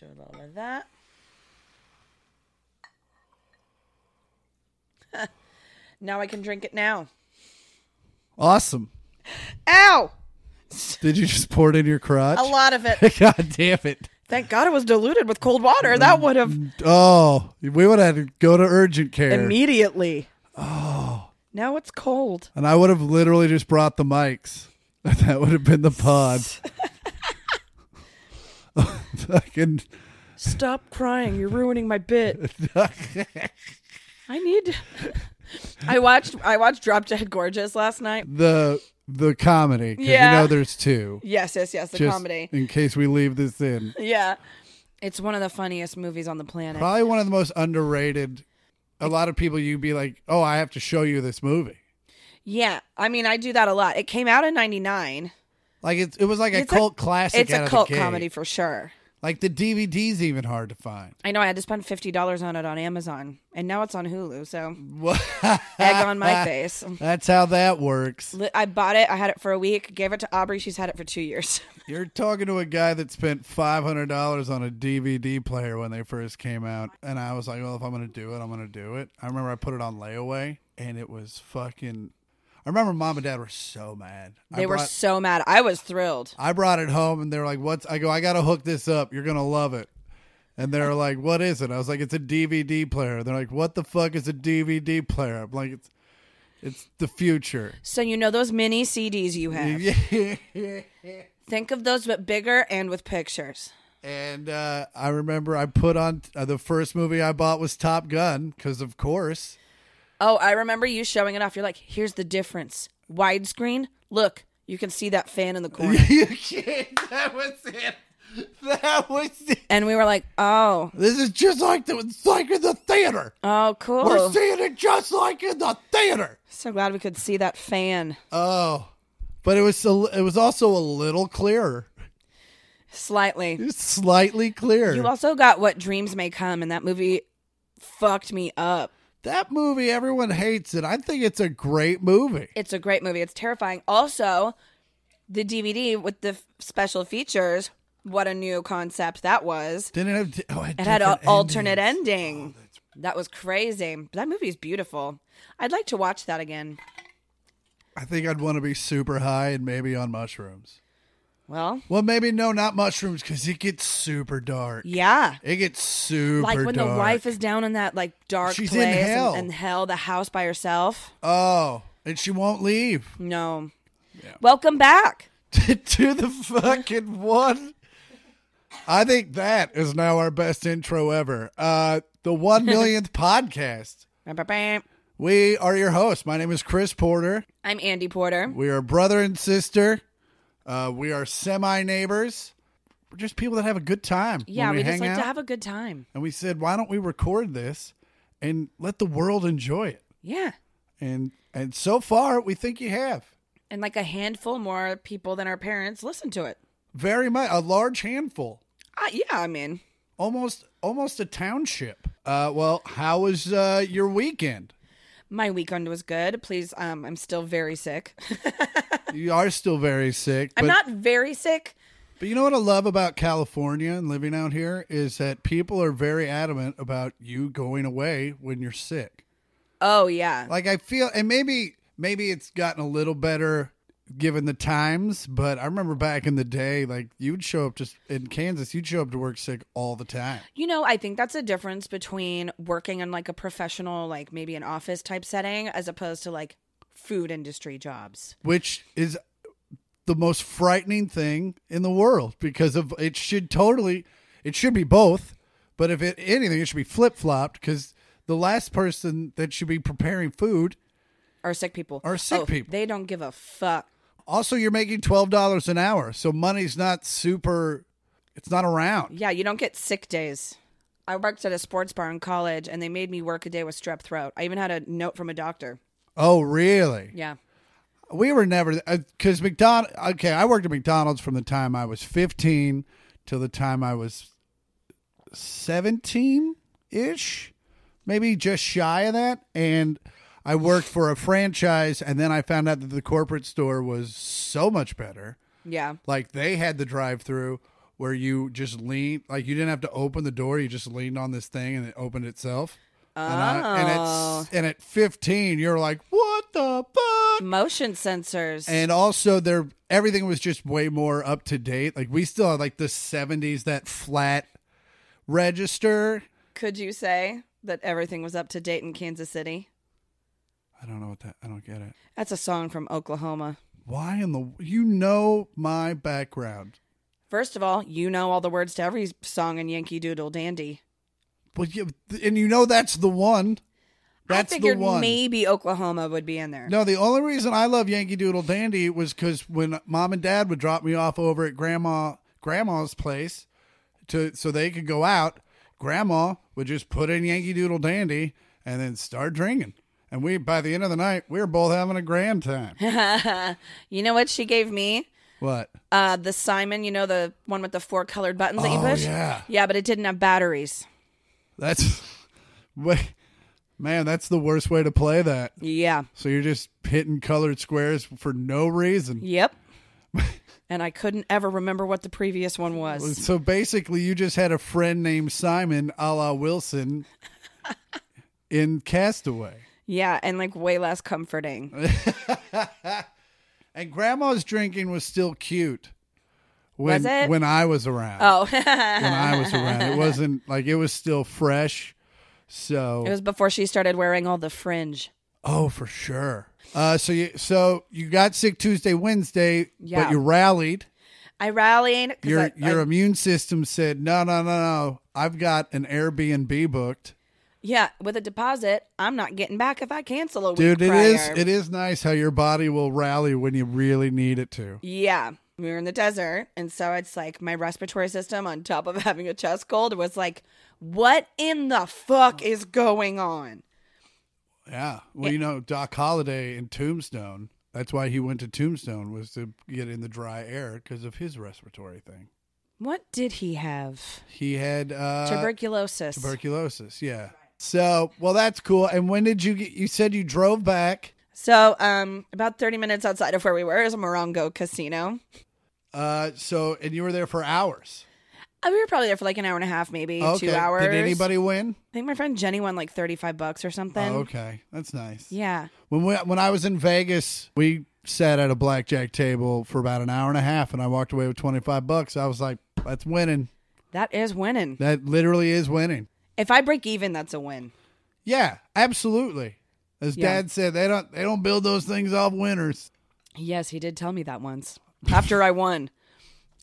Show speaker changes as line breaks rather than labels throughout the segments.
Do a little of that. now I can drink it now.
Awesome.
Ow!
Did you just pour it in your crotch?
A lot of it.
God damn it.
Thank God it was diluted with cold water. That would have
Oh, we would have had to go to urgent care.
immediately. Oh. Now it's cold.
and I would have literally just brought the mics. That would have been the pod. Fucking.
Stop crying. You're ruining my bit. I need. I watched. I watched Drop Dead Gorgeous last night.
the the comedy. 'cause
Yeah.
You know, there's two.
Yes, yes, yes. The
Just
comedy.
In case we leave this in,
Yeah, it's one of the funniest movies on the planet.
probably one of the most underrated. A lot of people, you'd be like, "Oh, I have to show you this movie."
Yeah, I mean, I do that a lot. It came out in '99.
Like it, it was like a
It's a-
cult classic.
It's
out
a
of the
cult
gate.
comedy for sure.
Like the DVD's even hard to find.
I know. I had to spend fifty dollars on it on Amazon, and now it's on Hulu. So egg
Egg
on my face.
That's how that works.
Li- I bought it. I had it for a week. Gave it to Aubrey. She's had it for two years.
You're talking to a guy that spent five hundred dollars on a DVD player when they first came out, and I was like, "Well, if I'm gonna do it, I'm gonna do it." I remember I put it on layaway, and it was fucking. I remember mom and dad were so mad.
They
I
were
Brought,
so mad. I was thrilled.
I brought it home, and they were like, "What's?" I go, "I gotta hook this up. You're gonna love it." And they're like, "What is it?" I was like, "It's a DVD player." They're like, "What the fuck is a DVD player?" I'm like, "It's, it's the future."
So you know those mini CDs you have. Think of those but bigger and with pictures.
And uh, I remember I put on uh, the first movie I bought was Top Gun because, of course,
Oh, I remember you showing it off. You're like, here's the difference. Widescreen, look, you can see that fan in the corner.
you can't. That was it. That was it.
and we were like, oh,
This is just like the it's like in the theater.
oh,
We're
cool.
seeing it just like in the theater.
so glad we could see that fan
Oh, but it was a, it was also a little clearer,
slightly.
It's slightly clearer.
You also got What Dreams May Come, and that movie fucked me up.
that movie, everyone hates it. I think it's a great movie.
It's a great movie. It's terrifying. Also, the DVD with the f- special features, what a new concept that was.
Didn't have t- oh, it,
It had an
different
alternate
endings. Oh,
ending. that was crazy. But that movie is beautiful. I'd like to watch that again.
I think I'd want to be super high and maybe on mushrooms.
Well,
Well, maybe no, not mushrooms, because it gets super dark.
yeah.
It gets super
Like when
dark.
the wife is down in that like dark
She's in
place and-
hell.
And, hell, the house by herself.
oh, and she won't leave
No. Welcome back.
to the fucking one. I think that is now our best intro ever. Uh, the one millionth podcast.
Ba-ba-bam.
We are your hosts. My name is Chris Porter.
I'm Andy Porter.
We are brother and sister. Uh, we are semi neighbors. We're just people that have a good time. when
Yeah, we,
hang
just like
out.
to have a good time.
and we said, why don't we record this and let the world enjoy it?
Yeah.
And and so far, we think you have
And like a handful more people than our parents listen to it.
very much a large handful,
Uh, yeah, I mean,
almost almost a township. Uh, well, how was uh, your weekend?
my weekend was good. Please, um, I'm still very sick.
You are still very sick, but
I'm not very sick.
but you know what I love about California and living out here is that people are very adamant about you going away when you're sick.
Oh, yeah.
like I feel, and maybe maybe it's gotten a little better given the times. But I remember back in the day, like you'd show up just in Kansas, you'd show up to work sick all the time.
You know, I think that's a difference between working in like a professional, like maybe an office type setting, as opposed to like food industry jobs.
which is the most frightening thing in the world because of it should totally it should be both but if it anything it should be flip-flopped because the last person that should be preparing food
Or sick people.
Or sick
Oh,
people.
They don't give a fuck.
also you're making $12 an hour so money's not super it's not around
Yeah, you don't get sick days. I worked at a sports bar in college and they made me work a day with strep throat. I even had a note from a doctor.
oh really
Yeah.
We were never because McDonald. Okay, I worked at McDonald's from the time I was fifteen till the time I was seventeen ish, maybe just shy of that. And I worked for a franchise, and then I found out that the corporate store was so much better.
Yeah.
Like they had the drive through. where you just lean like you didn't have to open the door you just leaned on this thing and it opened itself and, I, and,
Oh.
it's, and at 15 you're like what the fuck
Oh. Motion sensors.
and also there everything was just way more up to date like we still had like the 70s that flat register
Could you say that everything was up to date in Kansas City?
i don't know what that i don't get it
That's a song from Oklahoma.
why in the you know my background
First of all, you know all the words to every song in Yankee Doodle Dandy.
well you, and you know that's the one that's
I figured
the one
maybe Oklahoma would be in there.
No, the only reason I love Yankee Doodle Dandy was because when mom and dad would drop me off over at grandma grandma's place to so they could go out, grandma would just put in Yankee Doodle Dandy and then start drinking. And we by the end of the night, we were both having a grand time.
You know what she gave me?
what?
Uh, the Simon, you know the one with the four colored buttons that you
Oh,
push?
yeah.
Yeah, but it didn't have batteries.
That's wait man, that's the worst way to play that.
Yeah.
So you're just hitting colored squares for no reason.
Yep. and I couldn't ever remember what the previous one was.
So basically, you just had a friend named Simon, a la Wilson, in Castaway.
Yeah, and like way less comforting.
And Grandma's drinking was still cute. When,
Was it?
When I was around.
Oh.
When I was around. It wasn't like it was still fresh. So,
It was before she started wearing all the fringe.
oh, for sure. Uh, so you so you got sick Tuesday, Wednesday,
Yeah.
but you rallied.
I rallied. 'cause
Your
I-
your
I-
immune system said, no, no, no, no. I've got an Airbnb booked.
yeah, with a deposit, I'm not getting back if I cancel a week
Dude, it
prior.
is it is nice how your body will rally when you really need it to.
Yeah. We were in the desert. And so it's like my respiratory system, on top of having a chest cold, was like, what in the fuck is going on?
Yeah. Well, you know, Doc Holliday in Tombstone. That's why he went to Tombstone was to get in the dry air because of his respiratory thing.
What did he have?
He had uh,
Tuberculosis.
tuberculosis. Yeah. So, well, that's cool. And when did you get? You said you drove back.
so, um, about 30 minutes outside of where we were is a Morongo casino.
Uh, so, and you were there for hours.
Uh, we were probably there for like an hour and a half, maybe
Okay.
two hours.
Did anybody win?
I think my friend Jenny won like 35 bucks or something.
Oh, okay, that's nice.
Yeah.
When we, when I was in Vegas, we sat at a blackjack table for about an hour and a half, and I walked away with twenty five bucks. I was like, "That's winning.
That is winning.
That literally is winning."
If I break even, that's a win.
Yeah, absolutely. As
Yeah.
Dad said, they don't they don't build those things off winners.
Yes, he did tell me that once after I won.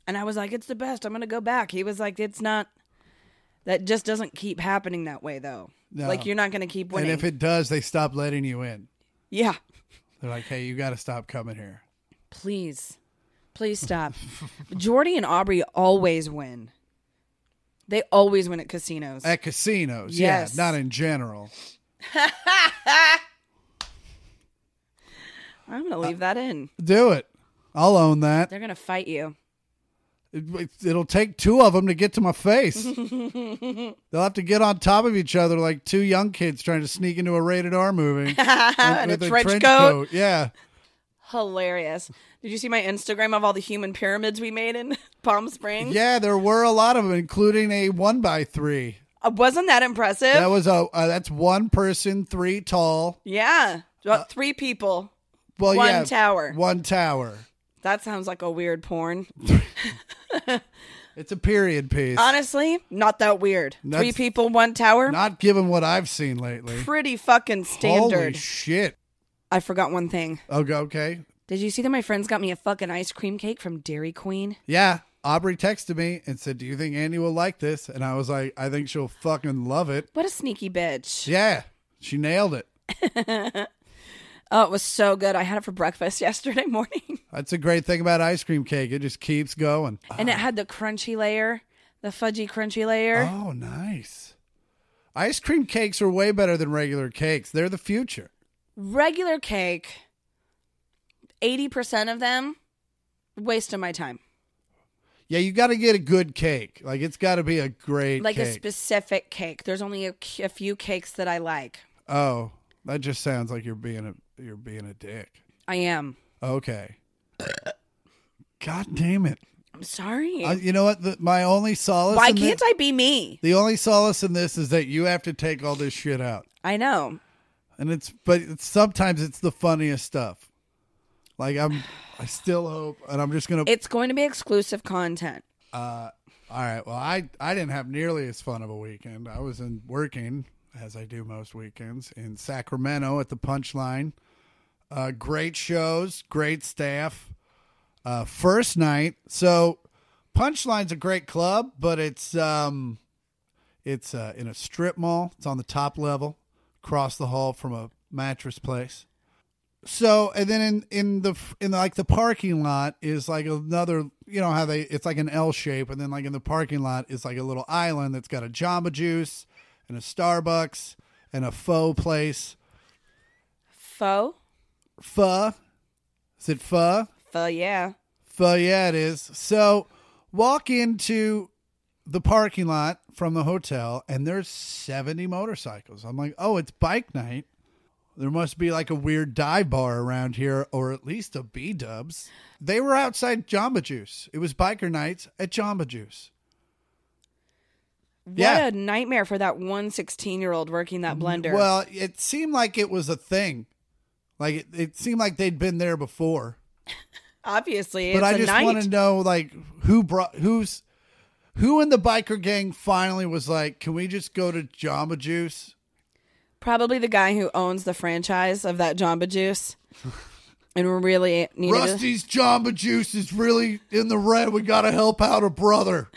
And I was like, it's the best. I'm going to go back. He was like, it's not. That just doesn't keep happening that way, though.
No.
Like, you're not going to keep winning.
And if it does, they stop letting you in.
yeah.
They're like, "Hey, you got to stop coming here."
Please. Please stop. Jordy and Aubrey always win. They always win at casinos.
At casinos,
Yes.
yeah, not in general.
I'm going to leave that in.
Do it. I'll own that.
They're going to fight you.
It, it'll take two of them to get to my face. They'll have to get on top of each other like two young kids trying to sneak into a rated R movie
and a
with
trench, coat.
Yeah,
Hilarious. Did you see my Instagram of all the human pyramids we made in Palm Springs?
yeah. There were a lot of them, including a one by three.
Uh, wasn't that impressive?
That was a uh, that's one person, three tall.
yeah.
Uh,
About three people.
Well,
One
yeah,
tower.
One tower.
That sounds like a weird porn.
It's a period piece.
Honestly, not that weird. Three
That's-
people, one tower.
Not given what I've seen lately.
Pretty fucking
Holy
standard.
shit.
I forgot one thing.
Oh, go- okay.
Did you see that my friends got me a fucking ice cream cake from Dairy Queen?
Yeah. Aubrey texted me and said, Do you think Andy will like this? And I was like, I think she'll fucking love it.
What a sneaky bitch.
Yeah. She nailed it.
Oh, it was so good. I had it for breakfast yesterday morning.
That's a great thing about ice cream cake. It just keeps going.
and it had the crunchy layer, the fudgy crunchy layer.
Oh, nice. Ice cream cakes are way better than regular cakes. They're the future.
regular cake, 80% of them, waste of my time.
Yeah, you got to get a good cake. Like, it's got to be a great
Like a
cake.
specific cake. There's only a, c- a few cakes that I like.
Oh, that just sounds like you're being a you're being a dick.
I am.
Okay. God damn it.
I'm sorry.
I, you know what? The, my only solace.
Why
in thi-
can't I be me?
The only solace in this is that you have to take all this shit out,
I know.
and it's but it's, sometimes it's the funniest stuff. Like I'm, I still hope, and I'm just gonna.
It's going to be exclusive content.
all right. Well, I I didn't have nearly as fun of a weekend. I was in working as I do most weekends in Sacramento at the Punchline. Uh, great shows, great staff. Uh, first night, so Punchline's a great club, but it's um, it's uh, in a strip mall. It's on the top level, across the hall from a mattress place. So and then in in the in like the parking lot is like another you know how they it's like an L shape and then like in the parking lot is like a little island that's got a Jamba Juice and a Starbucks and a faux place.
Faux?
Pho, is it pho?
Faux, yeah.
Pho, yeah, it is. So walk into the parking lot from the hotel and there's seventy motorcycles. I'm like, oh, it's bike night. There must be like a weird dive bar around here, or at least a B Dubs. They were outside Jamba Juice. It was biker nights at Jamba Juice.
What
Yeah.
a nightmare for that one 16 year old working that blender.
Well, it seemed like it was a thing. Like it, it seemed like they'd been there before.
Obviously,
but
it's
I
a
just
night.
want to know like who brought who's who in the biker gang finally was like, can we just go to Jamba Juice?
Probably the guy who owns the franchise of that Jamba Juice. and really needed to-
Rusty's Jamba Juice is really in the red. We gotta help out a brother.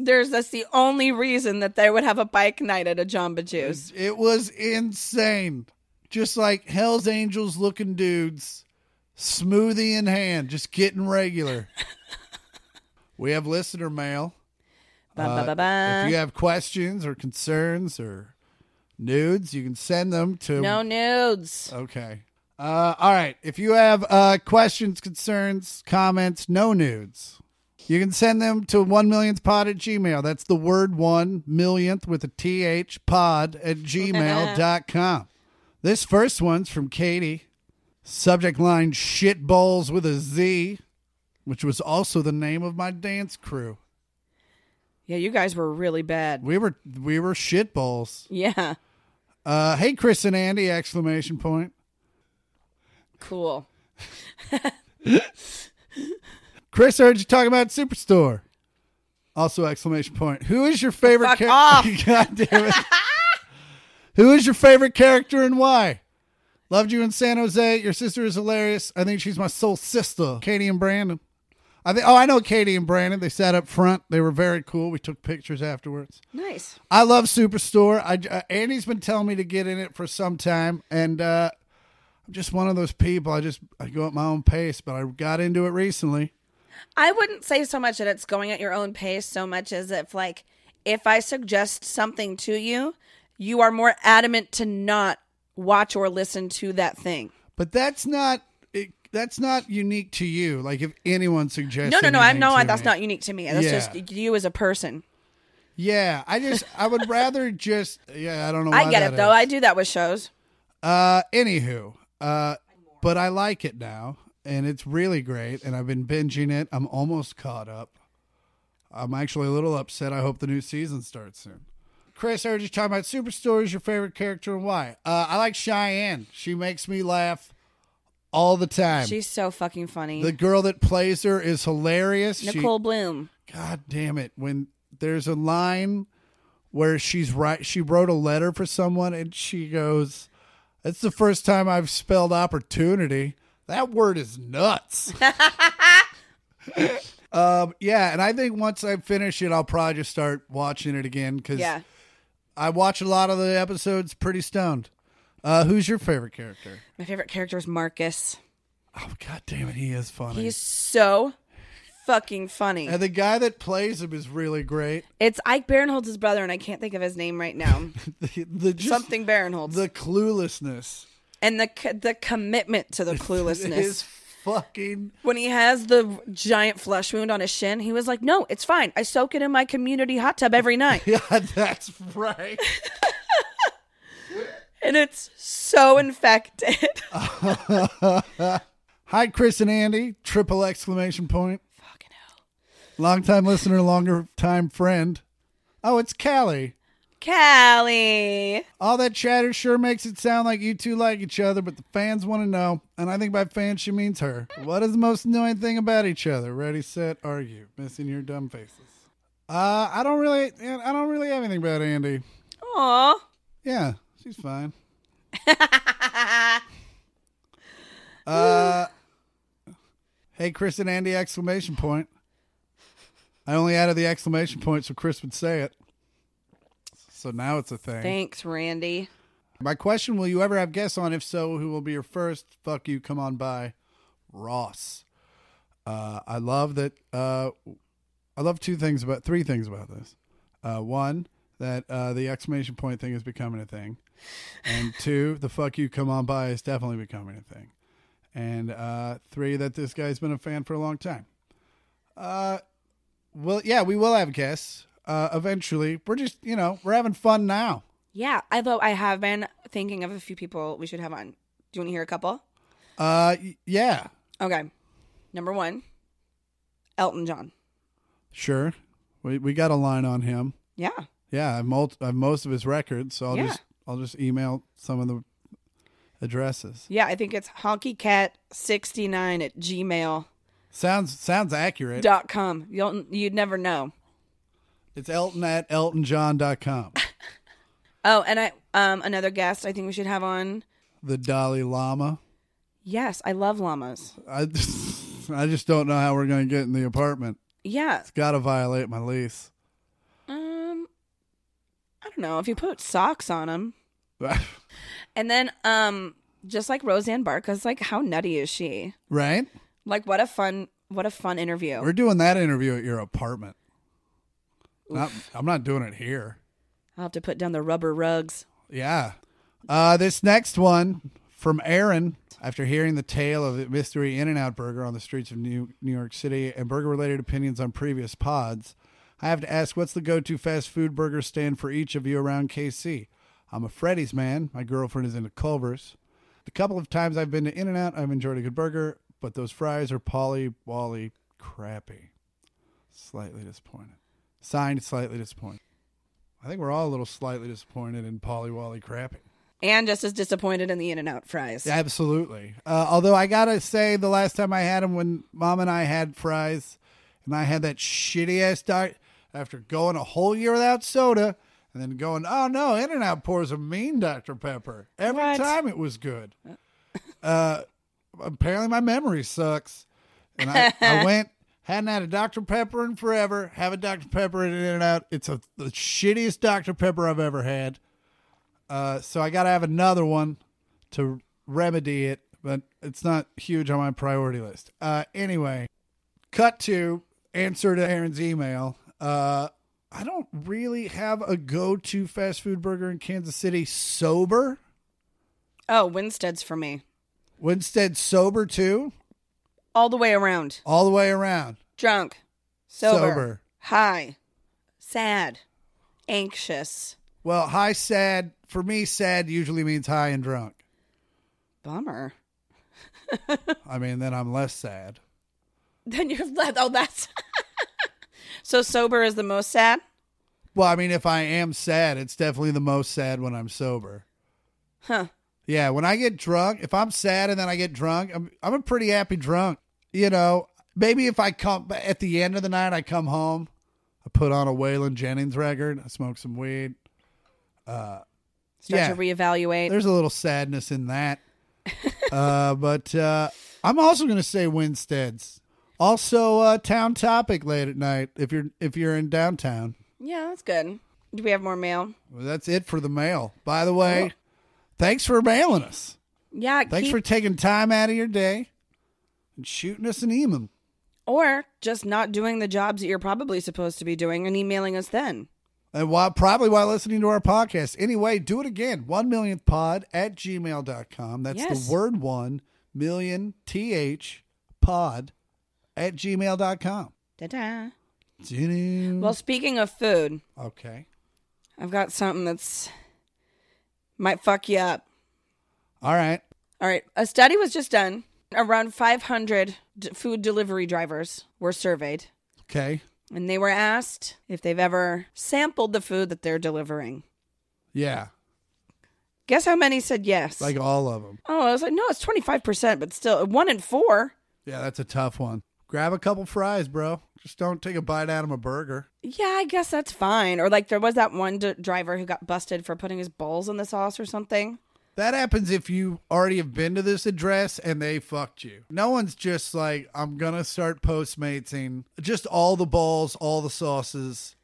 There's that's the only reason that they would have a bike night at a Jamba Juice.
It was insane. Just like Hell's Angels looking dudes, smoothie in hand, just getting regular. we have listener mail.
Ba,
Uh,
ba, ba, ba.
If you have questions or concerns or nudes, you can send them to.
no nudes.
Okay. Uh, all right. If you have uh, questions, concerns, comments, no nudes, you can send them to one millionth pod at gmail. That's the word one millionth with a th pod at gmail.com. this first one's from Katie. Subject line shit bowls with a Z, which was also the name of my dance crew.
Yeah, you guys were really bad.
We were we were shit bowls.
Yeah,
Uh, hey Chris and Andy! Exclamation point.
cool.
Chris heard you talking about Superstore. Also exclamation point. Who is your favorite
Fuck
character?
off.
God damn it. Who is your favorite character and why? Loved you in San Jose. Your sister is hilarious. I think she's my soul sister. Katie and Brandon. I think oh, I know Katie and Brandon. They sat up front. They were very cool. We took pictures afterwards.
Nice.
I love Superstore. I, uh, Andy's been telling me to get in it for some time, and uh, I'm just one of those people. I just I go at my own pace, but I got into it recently.
I wouldn't say so much that it's going at your own pace so much as if like if I suggest something to you, you are more adamant to not watch or listen to that thing.
But that's not it, that's not unique to you. Like if anyone suggests,
No, no, no. I'm
anything
no.
to
That's
me.
not unique to me. That's
Yeah.
just you as a person.
Yeah, I just I would rather just yeah. I don't know.
I
why
get
that
it though.
is.
I do that with shows.
Uh, anywho, uh, but I like it now, and it's really great, and I've been binging it. I'm almost caught up. I'm actually a little upset. I hope the new season starts soon. Chris, I heard you talking about Superstore is your favorite character and why. Uh, I like Cheyenne. She makes me laugh all the time.
She's so fucking funny.
the girl that plays her is hilarious. She-
Nicole Bloom.
God damn it. When there's a line where she's right, she wrote a letter for someone and she goes, That's the first time I've spelled opportunity. That word is nuts. um, yeah. And I think once I finish it, I'll probably just start watching it again because
Yeah.
I watch a lot of the episodes pretty stoned. Uh, who's your favorite character?
My favorite character is Marcus.
Oh, God damn it. He is funny.
He's so fucking funny.
and the guy that plays him is really great.
It's Ike Barinholtz's brother, and I can't think of his name right now.
The, the, just,
Something Barinholtz.
the cluelessness.
and the c- the commitment to the
is
cluelessness.
fucking
When he has the giant flesh wound on his shin, he was like, "No, it's fine. I soak it in my community hot tub every night."
yeah that's right
and it's so infected.
Hi, Chris and Andy. Triple exclamation point.
Fucking hell.
Longtime listener, longer time friend. Oh, it's Callie.
Callie.
All that chatter sure makes it sound like you two like each other, but the fans want to know, and I think by fans she means her. What is the most annoying thing about each other? Ready, set, argue. Missing your dumb faces. Uh, I don't really, I don't really have anything about Andy.
Aw.
Yeah, she's fine. uh, hey, Chris and Andy! Exclamation point. I only added the exclamation point so Chris would say it. So now it's a thing.
Thanks, Randy.
My question: Will you ever have guests on? If so, who will be your first? Fuck you! Come on by, Ross. Uh, I love that. Uh, I love two things about three things about this. Uh, one, that uh, the exclamation point thing is becoming a thing, and two, the fuck you come on by is definitely becoming a thing, and uh, three, that this guy's been a fan for a long time. Uh, well, yeah, we will have guests uh, eventually. We're just, you know, we're having fun now.
Yeah, although I have been thinking of a few people we should have on. Do you want to hear a couple?
Uh, y- yeah,
Okay. Number one, Elton John.
Sure. We we got a line on him.
Yeah.
Yeah, I've, mul- I've most of his records, so I'll
Yeah.
just I'll just email some of the addresses.
Yeah, I think it's honkycat69 at gmail.com.
Sounds sounds accurate.
You'll, you'd never know.
It's Elton at eltonjohn.com.
Oh, and I um another guest I think we should have on.
the Dalai Lama.
Yes, I love llamas.
I just, I just don't know how we're going to get in the apartment.
Yeah.
It's got to violate my lease.
Um I don't know if you put socks on them. And then um just like Roseanne Barca's like how nutty is she?
right?
Like what a fun what a fun interview.
We're doing that interview at your apartment. Not, I'm not doing it here.
I'll have to put down the rubber rugs.
Yeah. Uh, this next one from Aaron. After hearing the tale of the mystery In and Out Burger on the streets of New, New York City and burger related opinions on previous pods, I have to ask what's the go to fast food burger stand for each of you around KC? I'm a Freddy's man. My girlfriend is into Culver's. The couple of times I've been to In and Out, I've enjoyed a good burger, but those fries are Polly Wally crappy. Slightly disappointed. Signed, slightly disappointed. I think we're all a little slightly disappointed in Polly Wally crappy.
And just as disappointed in the In and Out fries.
Absolutely. Uh, although I gotta say, the last time I had them, when Mom and I had fries, and I had that shitty ass diet after going a whole year without soda, and then going, oh no, In and Out pours a mean Dr Pepper. Every
What?
time it was good. Uh, apparently my memory sucks, and I, I went. Hadn't had a Dr. Pepper in forever. Have a Dr. Pepper in and out. It's a, the shittiest Dr. Pepper I've ever had. Uh, so I got to have another one to remedy it, but it's not huge on my priority list. Uh, anyway, cut to answer to Aaron's email. Uh, I don't really have a go to fast food burger in Kansas City sober.
Oh, Winstead's for me.
Winstead sober too,
All the way around.
all the way around.
Drunk. Sober.
Sober.
High. Sad. Anxious.
Well, high sad for me. Sad usually means high and drunk.
Bummer.
I mean, then I'm less sad.
Then you're left. Oh, that's so sober is the most sad.
Well, I mean, if I am sad, it's definitely the most sad when I'm sober.
Huh.
Yeah, when I get drunk, if I'm sad and then I get drunk, I'm I'm a pretty happy drunk. You know, maybe if I come but at the end of the night, I come home, I put on a Waylon Jennings record, I smoke some weed.
Start
Yeah.
to reevaluate.
There's a little sadness in that. uh, but uh, I'm also going to say Winstead's. Also, uh, town topic late at night if you're if you're in downtown.
yeah, that's good. Do we have more mail?
Well, that's it for the mail. By the way, thanks for mailing us.
Yeah.
Thanks
keep-
for taking time out of your day and shooting us an email.
or just not doing the jobs that you're probably supposed to be doing and emailing us then.
And while probably while listening to our podcast. Anyway, do it again. One millionth pod at gmail.com. That's
Yes.
the word one million th pod at gmail.com.
Da-da.
Doo-doo.
Well, speaking of food,
okay.
I've got something that's might fuck you up.
All right.
All right. A study was just done Around 500 d- food delivery drivers were surveyed,
Okay.
and they were asked if they've ever sampled the food that they're delivering.
Yeah.
Guess how many said yes?
Like all of them.
oh, I was like, no, it's 25%, but still, one in four.
Yeah, that's a tough one. Grab a couple fries, bro. Just don't take a bite out of a burger.
Yeah, I guess that's fine. Or like there was that one d- driver who got busted for putting his balls in the sauce or something.
That happens if you already have been to this address and they fucked you. No one's just like, I'm gonna start postmatesing just all the balls, all the sauces,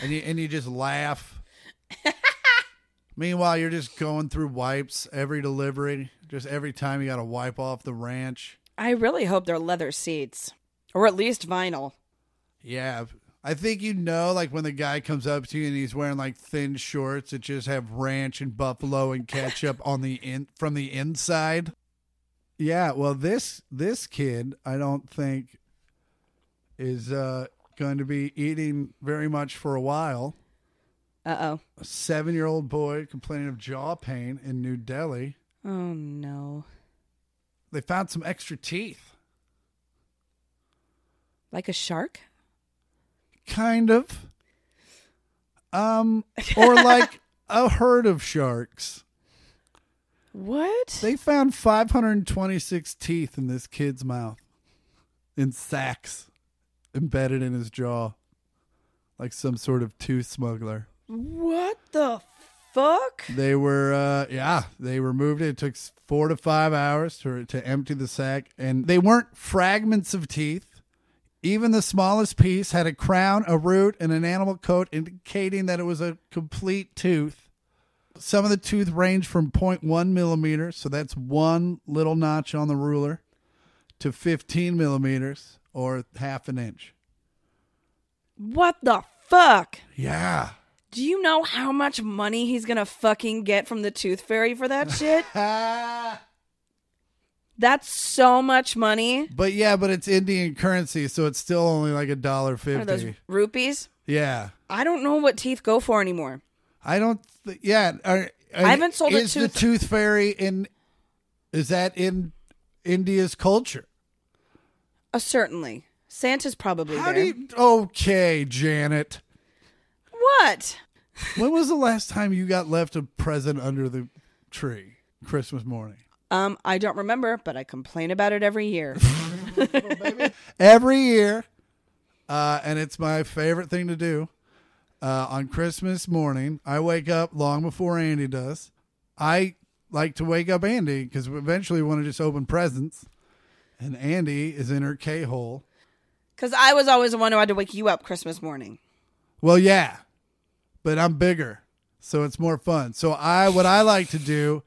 and you and you just laugh. Meanwhile, you're just going through wipes every delivery. Just every time you gotta wipe off the ranch.
I really hope they're leather seats or at least vinyl.
Yeah. I think you know, like when the guy comes up to you and he's wearing like thin shorts that just have ranch and buffalo and ketchup on the in from the inside. Yeah, well, this this kid, I don't think, is uh, going to be eating very much for a while.
Uh oh.
A seven-year-old boy complaining of jaw pain in New Delhi.
Oh no.
They found some extra teeth,
Like a shark?
kind of, um, or like a herd of sharks.
What?
They found 526 teeth in this kid's mouth, in sacks, embedded in his jaw, like some sort of tooth smuggler.
what the fuck?
They were, uh, yeah, they removed it. It took s- four to five hours to to empty the sack, and they weren't fragments of teeth. Even the smallest piece had a crown, a root, and an animal coat, indicating that it was a complete tooth. Some of the tooth range from 0.1 millimeters, so that's one little notch on the ruler, to 15 millimeters or half an inch.
What the fuck?
Yeah.
Do you know how much money he's gonna fucking get from the tooth fairy for that shit?
Ah.
That's so much money.
But yeah, but it's Indian currency, so it's still only like a dollar
What are those
fifty.
rupees?
Yeah,
I don't know what teeth go for anymore.
I don't. Th- yeah, are,
I haven't sold a
Is the
tooth-
tooth fairy in? Is that in India's culture?
Uh, certainly. Santa's probably
How do
there.
you? Okay, Janet.
What?
When was the last time you got left a present under the tree? Christmas morning.
Um, I don't remember, but I complain about it every year.
every year, uh, and it's my favorite thing to do. Uh, on Christmas morning, I wake up long before Andy does. I like to wake up Andy because eventually we want to just open presents, and Andy is in her K hole.
Because I was always the one who had to wake you up Christmas morning.
Well, yeah, but I'm bigger, so it's more fun. So I, what I like to do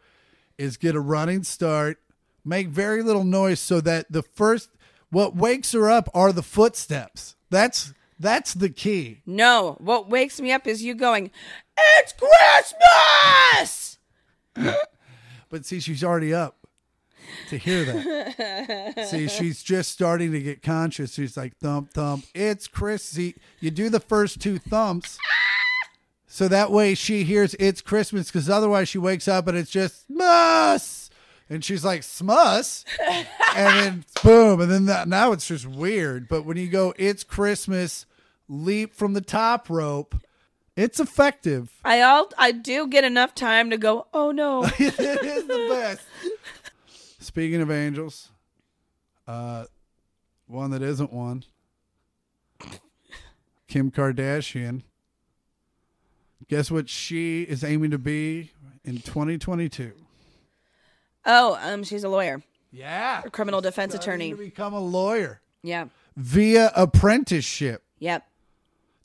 is get a running start, make very little noise, so that the first what wakes her up are the footsteps. That's that's the key.
No, what wakes me up is you going, It's Christmas!
But see, she's already up to hear that. see, she's just starting to get conscious. She's like, thump, thump. It's Chris. See, you do the first two thumps. So that way she hears it's Christmas because otherwise she wakes up and it's just smus. And she's like, smus. and then boom. And then that, now it's just weird. But when you go, it's Christmas, leap from the top rope, it's effective.
I all I do get enough time to go, oh no.
it is the best. Speaking of angels, uh, one that isn't one, Kim Kardashian. Guess what she is aiming to be in 2022?
oh, um, she's a lawyer.
Yeah,
A criminal defense
Starting
attorney.
to become a lawyer
Yeah.
via apprenticeship.
Yep.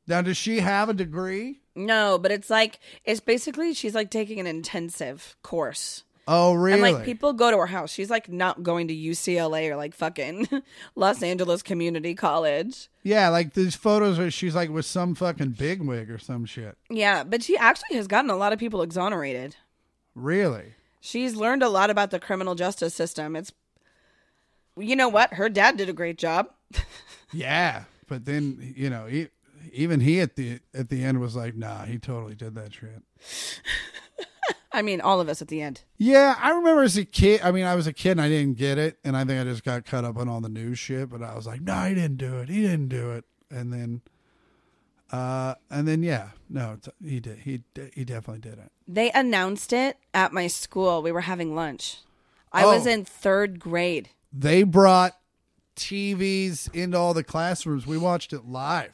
Now, does she have a degree?
No, but it's like it's basically she's like taking an intensive course.
Oh, really?
And like people go to her house. She's like not going to UCLA or like fucking Los Angeles Community College.
yeah, like these photos where she's like with some fucking bigwig or some shit.
Yeah, but she actually has gotten a lot of people exonerated.
Really?
She's learned a lot about the criminal justice system. It's you know what? Her dad did a great job.
Yeah, but then you know, e, he, even he at the at the end was like, "Nah, he totally did that shit."
I I mean, all of us at the end.
Yeah, I remember as a kid. I mean, I was a kid and I didn't get it, and I think I just got caught up on all the news shit. But I was like, no, he didn't do it. He didn't do it. And then, uh, and then yeah, no, it's, he did. He de- he definitely did it.
They announced it at my school. We were having lunch. I was
Oh.
in third grade.
They brought TVs into all the classrooms. We watched it live.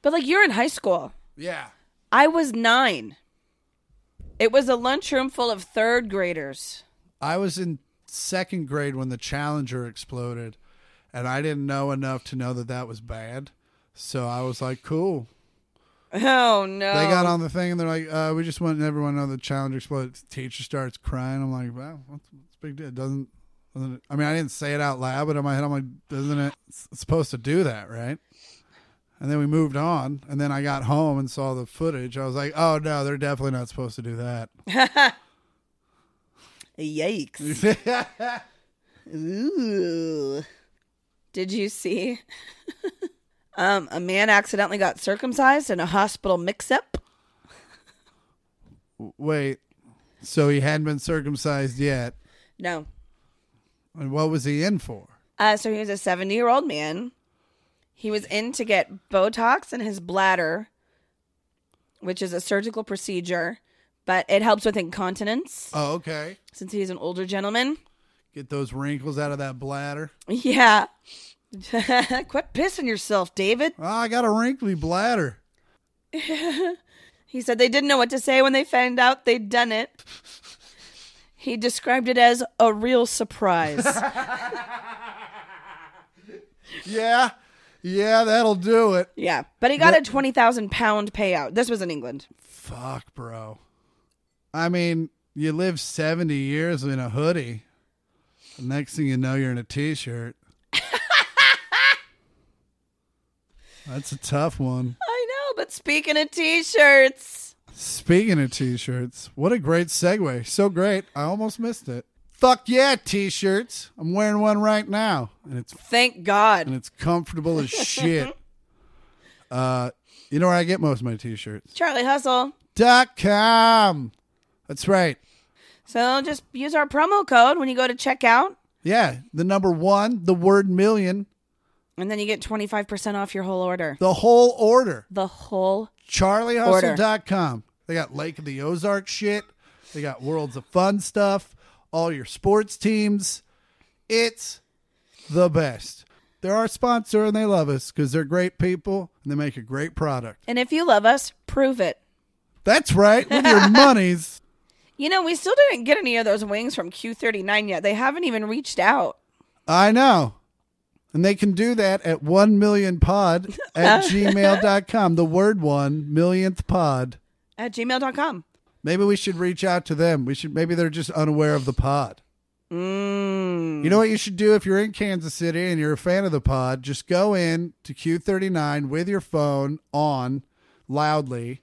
But like, you're in high school.
Yeah.
I was nine. It was a lunchroom full of third graders.
I was in second grade when the Challenger exploded, and I didn't know enough to know that that was bad. So I was like, cool.
Oh no!
They got on the thing and they're like, uh, we just want everyone to know the Challenger exploded. Teacher starts crying. I'm like, wow, what's, what's the big deal? It doesn't, doesn't it- I mean, I didn't say it out loud, but in my head, I'm like, isn't it s- supposed to do that, right? And then we moved on. And then I got home and saw the footage. I was like, oh, no, they're definitely not supposed to do that.
Yikes! Ooh. Did you see? um, a man accidentally got circumcised in a hospital mix-up.
Wait, so he hadn't been circumcised yet.
No.
And what was he in for?
Uh, so he was a 70 year old man. He was in to get Botox in his bladder, which is a surgical procedure, but it helps with incontinence
Oh, okay.
since he's an older gentleman.
Get those wrinkles out of that bladder.
Yeah. Quit pissing yourself, David.
Oh, I got a wrinkly bladder.
He said they didn't know what to say when they found out they'd done it. He described it as a real surprise.
Yeah. Yeah, that'll do it.
yeah. But he got a 20,000 pound payout. This was in England.
Fuck, bro. I mean, you live 70 years in a hoodie. The next thing you know, you're in a t shirt. That's a tough one.
I know, but speaking of t shirts.
Speaking of t shirts, what a great segue. So great. I almost missed it. Fuck yeah, t shirts. I'm wearing one right now, and it's
Thank God.
and it's comfortable as shit. Uh, you know where I get most of my t-shirts?
Charlie Hustle.
Dot com. That's right.
So just use our promo code when you go to checkout,
Yeah, the number one, the word million,
and then you get 25% off your whole order.
the whole order.
The whole.
CharlieHustle.com. They got Lake of the Ozark shit. They got Worlds of Fun stuff. All your sports teams. It's the best. They're our sponsor and they love us because they're great people and they make a great product.
And if you love us, prove it.
That's right. With your monies.
You know, we still didn't get any of those wings from Q39 yet. They haven't even reached out.
I know. And they can do that at 1 million pod at gmail.com. The word one millionth pod.
At gmail.com.
Maybe we should reach out to them. We should maybe they're just unaware of the pod.
Mm.
You know what you should do if you're in Kansas City and you're a fan of the pod, just go in to Q39 with your phone on loudly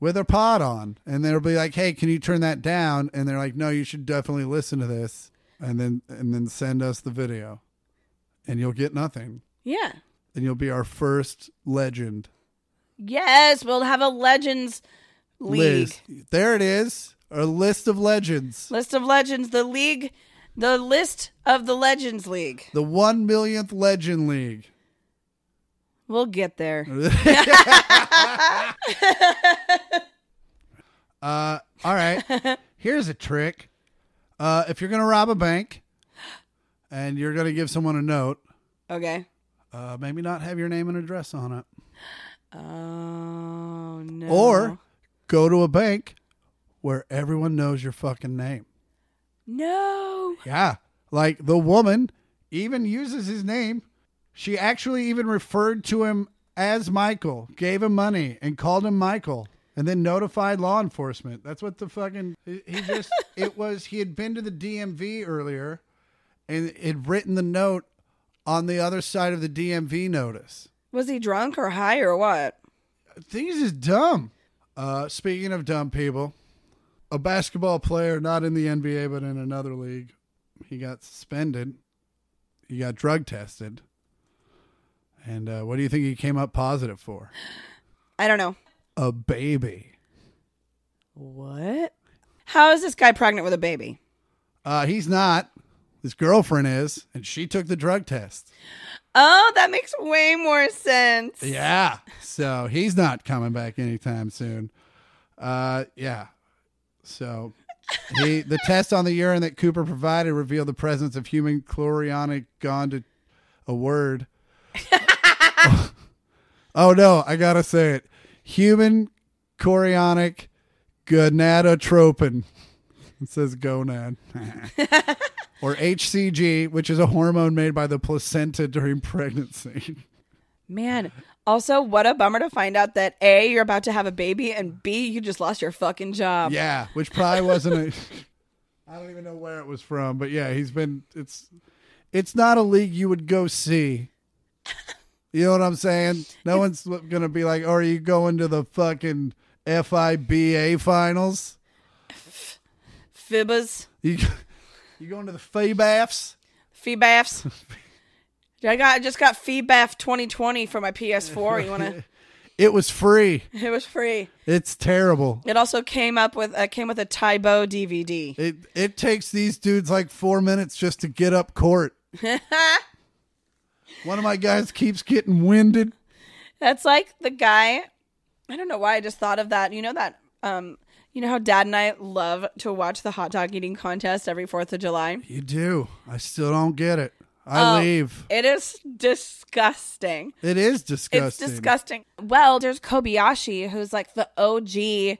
with a pod on and they'll be like, "Hey, can you turn that down?" and they're like, "No, you should definitely listen to this." And then and then send us the video. And you'll get nothing.
Yeah.
and you'll be our first legend.
Yes, we'll have a Legends League.
Liz. There it is. Our list of legends.
List of Legends, the league, the list of the Legends League.
The one millionth legend league.
We'll get there.
Uh, all right. Here's a trick. Uh, if you're gonna rob a bank and you're gonna give someone a note,
Okay.
uh, maybe not have your name and address on it.
Oh, no.
Or go to a bank where everyone knows your fucking name.
No.
Yeah. Like the woman even uses his name. She actually even referred to him as Michael, gave him money, and called him Michael, and then notified law enforcement. That's what the fucking. He he just. it was. He had been to the DMV earlier and had written the note on the other side of the DMV notice.
Was he drunk or high or what?
Things is dumb. Uh, speaking of dumb people, a basketball player not in the NBA but in another league, he got suspended. He got drug tested. And uh, what do you think he came up positive for?
I don't know.
A baby.
What? How is this guy pregnant with a baby?
Uh, he's not. His girlfriend is, and she took the drug test.
Oh, that makes way more sense.
Yeah. So he's not coming back anytime soon. Uh, yeah. So he the test on the urine that Cooper provided revealed the presence of human chorionic gone to a word. oh no, I gotta say it. Human chorionic gonadotropin. It says gonad. or HCG, which is a hormone made by the placenta during pregnancy.
Man, also, what a bummer to find out that A, you're about to have a baby, and B, you just lost your fucking job.
Yeah, which probably wasn't a. I don't even know where it was from, but yeah, he's been. It's it's not a league you would go see. You know what I'm saying? No one's gonna be like, oh, "Are you going to the fucking FIBA finals?
Fibbas,
You you going to the FIBAFs?"
fee baffs. I got I just got FeeBaff 2020 for my PS4. You want to?
It was free.
It was free.
It's terrible.
It also came up with uh, came with a Tybo DVD.
It it takes these dudes like four minutes just to get up court. One of my guys keeps getting winded.
That's like the guy. I don't know why I just thought of that. You know that um you know how dad and I love to watch the hot dog eating contest every 4th of July?
You do. I still don't get it. I
Oh.
leave.
It is disgusting.
It is disgusting.
It's disgusting. Well, there's Kobayashi who's like the OG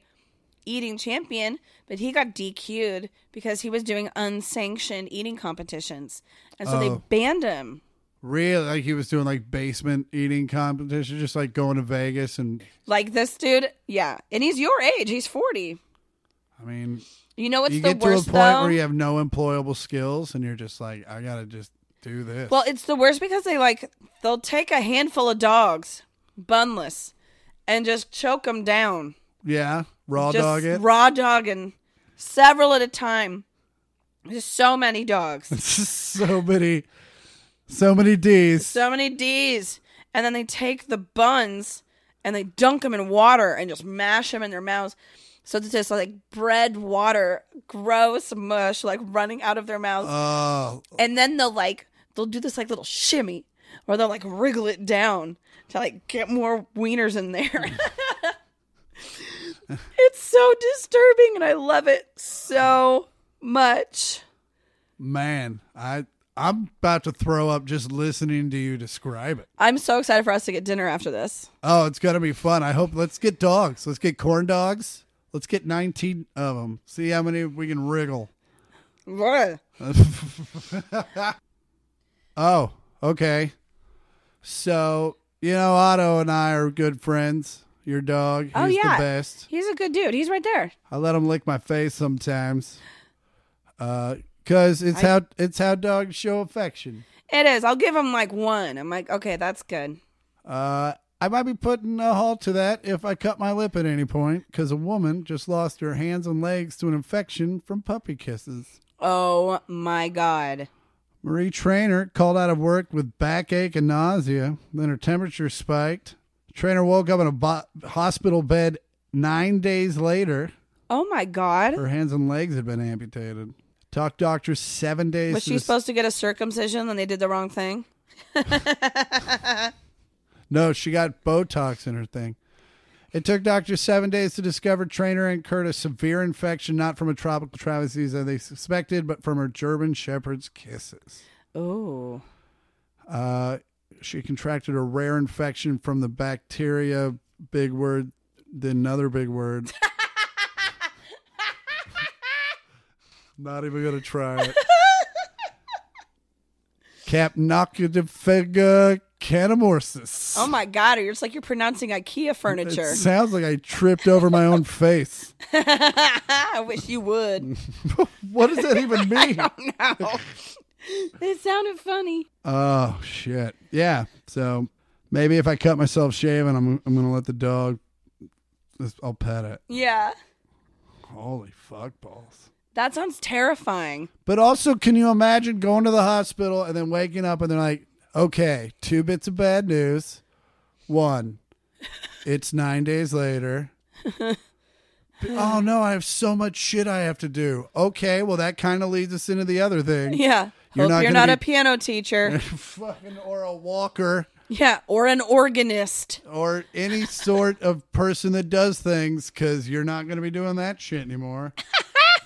eating champion, but he got DQ'd because he was doing unsanctioned eating competitions. And so they
Oh.
banned him.
Really, like he was doing like basement eating competition, just like going to Vegas, and
Like this dude, yeah. And he's your age. He's 40.
I mean,
You know what's
you
the
get to a
worst
point
though?
where you have no employable skills, and you're just like, I gotta just do this.
Well, it's the worst because they like they'll take a handful of dogs, bunless, and just choke them down,
yeah, raw
just
dog it.
raw dogging, several at a time. Just so many dogs,
so many, so many D's.
so many D's, and then they take the buns and they dunk them in water and just mash them in their mouths. So it's just like bread, water, gross mush, like running out of their mouths.
Oh,
and then they'll like they'll do this like little shimmy or they'll like wriggle it down to like get more wieners in there it's so disturbing and i love it so much
man, I I'm about to throw up just listening to you describe it.
i'm so excited for us to get dinner after this
Oh, it's gonna be fun. I hope. Let's get dogs. Let's get corn dogs. Let's get 19 of them. See how many we can wriggle.
Ugh.
Oh, okay. So you know, Otto and I are good friends. Your dog, he's
Oh, yeah.
the best.
he's a good dude he's right there
I let him lick my face sometimes, Uh 'cause cause it's how it's how dogs show affection.
it is i'll give him like one i'm like okay that's good
Uh, I might be putting a halt to that if I cut my lip at any point, because a woman just lost her hands and legs to an infection from puppy kisses.
oh my god
Marie Trainer called out of work with backache and nausea. Then her temperature spiked. Trainer woke up in a bo- hospital bed nine days later.
oh my god
Her hands and legs had been amputated. Talked doctor seven days.
was
to
she
the-
supposed to get a circumcision and they did the wrong thing
No, she got Botox in her thing. It took doctors seven days to discover Trainer incurred a severe infection, not from a tropical travesty as they suspected, but from her German Shepherd's kisses.
oh
Uh, she contracted a rare infection from the bacteria, big word, then another big word. Not even going to try it. Capnocidifega canamorsis.
Oh my god, or you're just like you're pronouncing IKEA furniture.
It sounds like I tripped over my own face.
I wish you would. Oh,
What does that even mean?
no. It sounded funny.
Oh shit. Yeah. So maybe if I cut myself shaving, I'm I'm gonna let the dog. I'll pet it.
Yeah.
Holy fuck balls.
That sounds terrifying.
But also, can you imagine going to the hospital and then waking up and they're like, okay, two bits of bad news. One, it's nine days later. oh no, I have so much shit I have to do. Okay, well that kind of leads us into the other thing.
Yeah.
You're
Hope
not
you're
gonna
not
be-
a piano teacher.
Fucking or a walker
yeah. Or an organist.
or any sort of person that does things cuz you're not going to be doing that shit anymore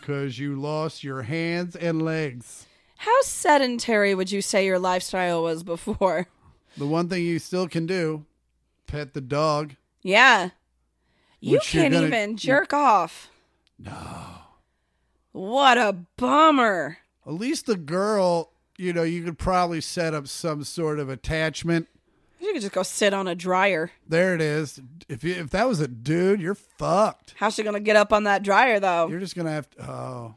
cuz you lost your hands and legs.
How sedentary would you say your lifestyle was before?
The one thing you still can do, pet the dog.
Yeah. You
Which you're
can't
gonna-
even jerk off. No. What a bummer.
At least the girl, you know, you could probably set up some sort of attachment.
You could just go sit on a dryer.
There it is. If you, if that was a dude, you're fucked.
How's she gonna get up on that dryer though?
You're just gonna have to. Oh,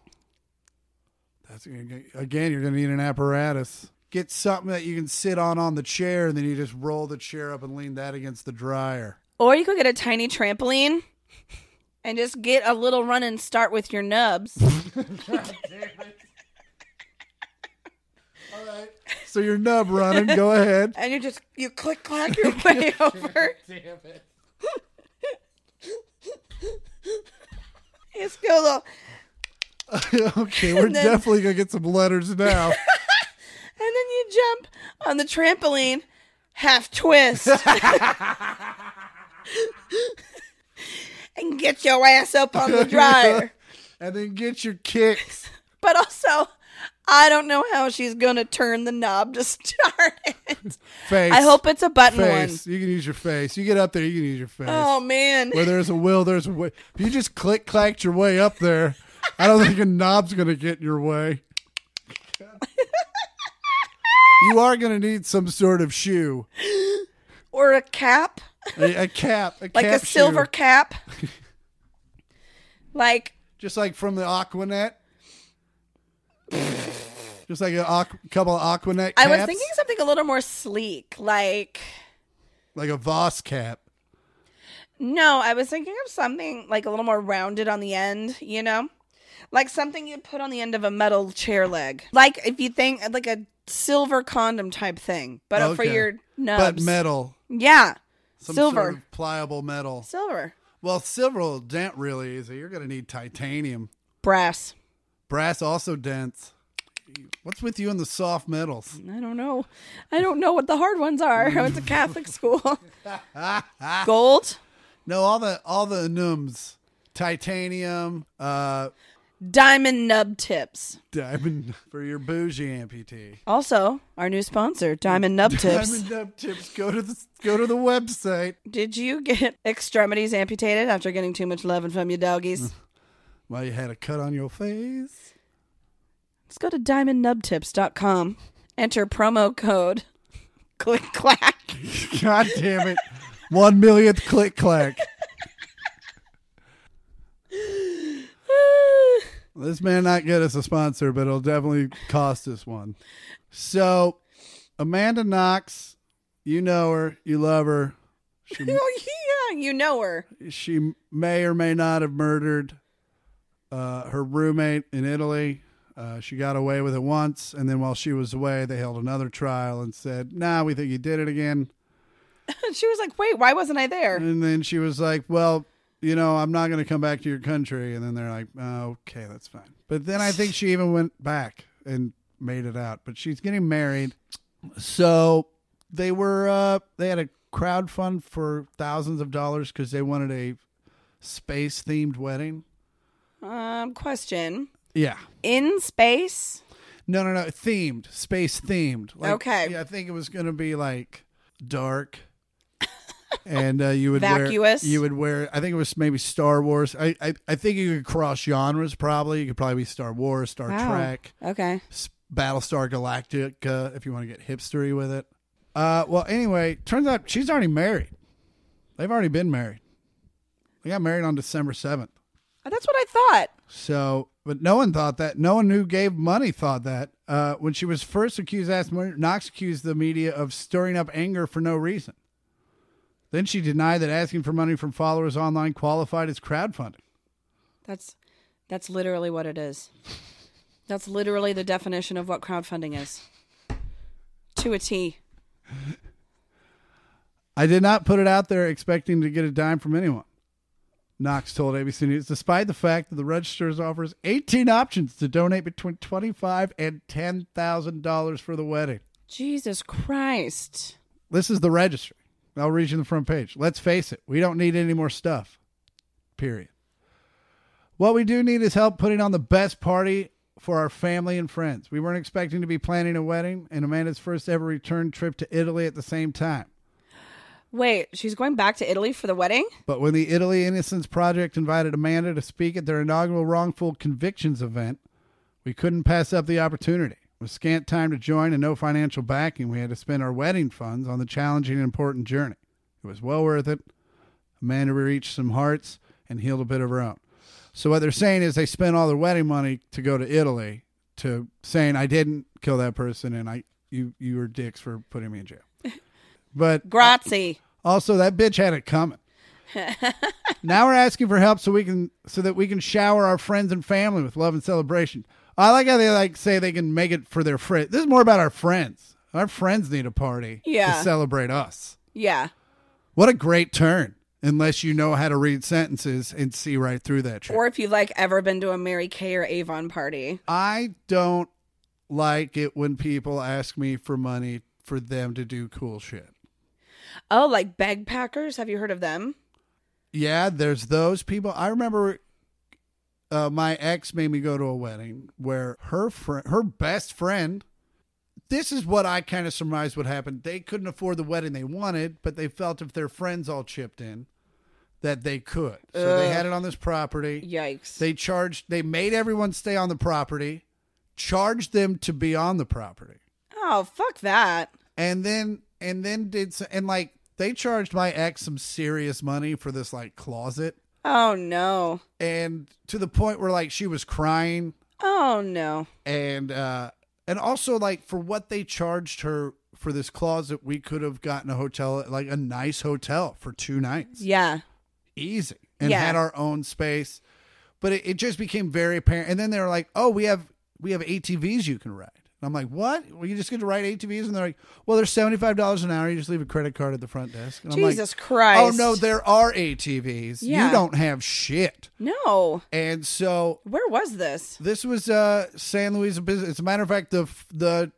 that's gonna get- again. You're gonna need an apparatus. Get something that you can sit on on the chair, and then you just roll the chair up and lean that against the dryer.
Or you could get a tiny trampoline and just get a little run and start with your nubs.
All right. So you're nub running. Go ahead.
and you just you click clack your way over.
Damn it.
It's still the
okay, we're
then-
definitely gonna get some letters now.
and then you jump on the trampoline, half twist, and get your ass up on the dryer.
and then get your kicks.
But also, I don't know how she's gonna turn the knob to start it.
Face.
I hope it's a button one.
face. You can use your face. You get up there, you can use your face.
Oh man,
Where there's a will, there's a way. If you just click clacked your way up there, I don't think a knob's gonna get in your way. you are gonna need some sort of shoe,
or a cap,
a, a cap, a
like
cap
a silver
shoe.
cap, like
just like from the Aquanet. just like a aqu- couple of Aquanet. Caps,
I was thinking something a little more sleek, like.
like a Voss cap.
No, I was thinking of something like a little more rounded on the end, you know? Like something you'd put on the end of a metal chair leg. Like if you think like a silver condom type thing, but for
Okay.
your
but
nubs.
metal.
yeah.
Some
silver.
sort of pliable metal.
Silver.
Well, silver will dent really easy. You're going to need titanium.
Brass.
Brass also dents. What's with you and the soft metals?
I don't know. I don't know what the hard ones are. I went to Catholic school. Gold,
No, all the all the nums, titanium, uh,
diamond nub tips.
diamond for your bougie amputee.
Also, our new sponsor, Diamond Nub Tips.
Diamond nub tips. Go to the go to the website.
Did you get extremities amputated after getting too much loving from your doggies?
Well, you had a cut on your face.
Let's go to diamondnubtips.com. Enter promo code click clack.
God damn it! One millionth click clack.
Oh,
This may not get us a sponsor, but it'll definitely cost us one. So, Amanda Knox, you know her, you love her. She,
oh yeah, you know her.
she may or may not have murdered uh, her roommate in Italy. Uh, she got away with it once, and then while she was away, they held another trial and said, "Nah, we think you did it again."
she was like, "Wait, why wasn't I there?"
And then she was like, "Well, you know, I'm not going to come back to your country." And then they're like, oh, "Okay, that's fine." But then I think she even went back and made it out. But she's getting married, so they were uh, they had a crowdfund for thousands of dollars because they wanted a space themed wedding.
Um, question.
Yeah.
In space?
No, no, no. Themed, space themed. Like,
Okay.
Yeah, I think it was going to be like dark, and uh, you would
Vacuous.
Wear, you would wear. I think it was maybe Star Wars. I, I, I think you could cross genres. Probably you could probably be Star Wars, Star
Wow.
Trek,
Okay.
S- Battlestar Galactica, if you want to get hipstery with it. Uh, well, anyway, turns out she's already married. They've already been married. They got married on December seventh.
Oh, That's what I thought.
So, but no one thought that. No one who gave money thought that. Uh, when she was first accused, of asked murder, Knox accused the media of stirring up anger for no reason. Then she denied that asking for money from followers online qualified as crowdfunding.
That's that's literally what it is. That's literally the definition of what crowdfunding is. To a T.
I did not put it out there expecting to get a dime from anyone. Knox told ABC News, despite the fact that the registers offers 18 options to donate between 25 and 10,000 dollars for the wedding.
Jesus Christ.
This is the registry. I'll read you the front page. Let's face it, we don't need any more stuff. Period. What we do need is help putting on the best party for our family and friends. We weren't expecting to be planning a wedding and Amanda's first ever return trip to Italy at the same time.
Wait, she's going back to Italy for the wedding?
But when the Italy Innocence Project invited Amanda to speak at their inaugural wrongful convictions event, we couldn't pass up the opportunity. With scant time to join and no financial backing, we had to spend our wedding funds on the challenging and important journey. It was well worth it. Amanda reached some hearts and healed a bit of her own. So what they're saying is they spent all their wedding money to go to Italy to saying I didn't kill that person and I you you were dicks for putting me in jail. But
Grazie.
also, that bitch had it coming. now we're asking for help so we can so that we can shower our friends and family with love and celebration. I like how they like say they can make it for their friend. This is more about our friends. Our friends need a party
Yeah.
to celebrate us.
Yeah.
What a great turn! Unless you know how to read sentences and see right through that. Shit.
Or if you've like ever been to a Mary Kay or Avon party.
I don't like it when people ask me for money for them to do cool shit.
Oh, like bag packers. Have you heard of them?
Yeah, there's those people. I remember uh, my ex made me go to a wedding where her friend, her best friend, this is what I kind of surmised would happen. They couldn't afford the wedding they wanted, but they felt if their friends all chipped in, that they could. So they
Ugh.
had it on this property.
Yikes.
They charged. They made everyone stay on the property, charged them to be on the property.
oh, fuck that.
and then and then did so, and like they charged my ex some serious money for this like closet
Oh no.
and to the point where like she was crying
Oh no.
and uh and also like for what they charged her for this closet we could have gotten a hotel like a nice hotel for two nights
Yeah.
easy and
Yeah.
had our own space but it, it just became very apparent and then they were like oh we have we have atvs you can ride and i'm like what well you just get to ride atvs and they're like well they're $75 an hour you just leave a credit card at the front desk and i'm like
Jesus Christ.
oh no there are atvs
Yeah.
you don't have shit
No.
and so
Where was this?
this was uh san luis Obispo. as a matter of fact the the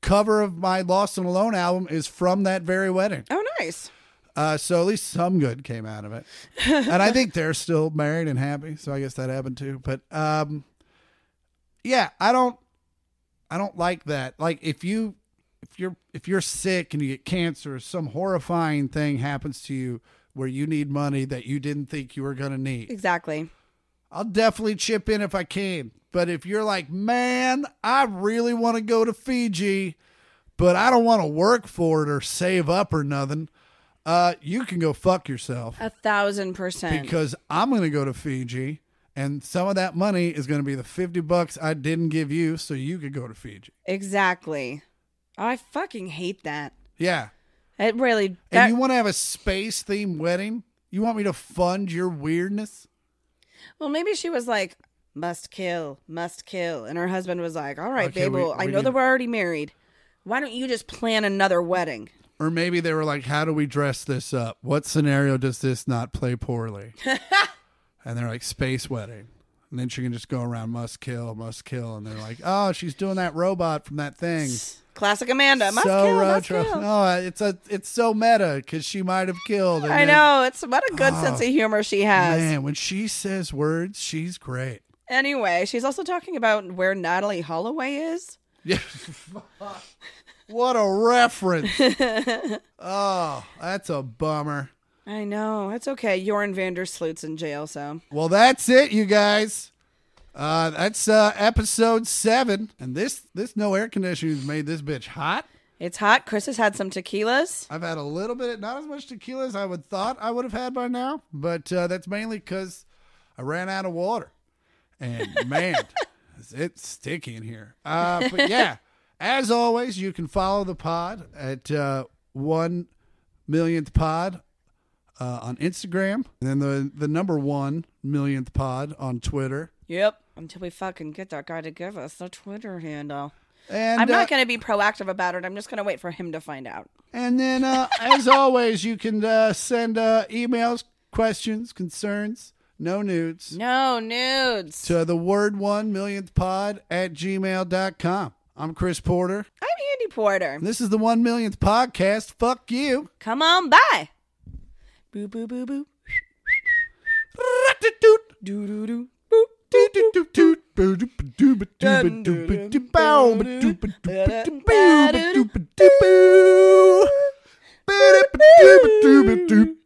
cover of my lost and alone album is from that very wedding
Oh nice.
uh, so at least some good came out of it, and I think they're still married and happy. So I guess that happened too. But um, yeah, I don't, I don't like that. Like if you, if you're if you're sick and you get cancer, or some horrifying thing happens to you where you need money that you didn't think you were gonna need.
Exactly.
I'll definitely chip in if I can. But if you're like, man, I really want to go to Fiji, but I don't want to work for it or save up or nothing. Uh, you can go fuck yourself
A thousand percent.
because I'm going to go to Fiji and some of that money is going to be the 50 bucks I didn't give you so you could go to Fiji.
exactly. Oh, I fucking hate that.
Yeah.
It really
And
that,
you want to have a space themed wedding? You want me to fund your weirdness?
Well, maybe she was like must kill, must kill, and her husband was like, "All right,
Okay,
babe,
we-
well, I
we
know
need-
that we're already married. Why don't you just plan another wedding?"
Or maybe they were like, how do we dress this up? What scenario does this not play poorly? and they're like, space wedding. And then she can just go around, must kill, must kill. And they're like, oh, she's doing that robot from that thing.
Classic Amanda. uh, Must
so
kill, must
retro. Oh,
kill.
No, uh, it's a it's so meta because she might have killed. and
I
then-
know. It's what a good sense of humor she has.
Oh, Man, when she says words, she's great.
Anyway, she's also talking about where Natalie Holloway is.
Yeah. what a reference. oh, that's a bummer.
I know. It's okay. Joran Vandersloot's in jail, so.
Well, that's it, you guys. Uh, that's uh, episode seven, and this this no air conditioning has made this bitch hot.
It's hot. Chris has had some tequilas.
I've had a little bit, not as much tequila as I would thought I would have had by now, but uh, that's mainly because I ran out of water. And man, is it sticky in here. Uh, but yeah, as always, you can follow the pod at uh, one millionth pod uh, on Instagram, and then the the number one millionth pod on Twitter.
Yep. Until we fucking get that guy to give us the Twitter handle.
And
I'm
uh,
not going to be proactive about it. I'm just going to wait for him to find out.
And then, uh, as always, you can uh, send uh, emails, questions, concerns No nudes.
No nudes.
to the word one millionth pod at gmail.com. I'm Chris Porter.
I'm Andy Porter.
This is the one millionth podcast. Fuck you.
Come on by. Boo boo boo boo. Doo doo doo. Boop.
Boop.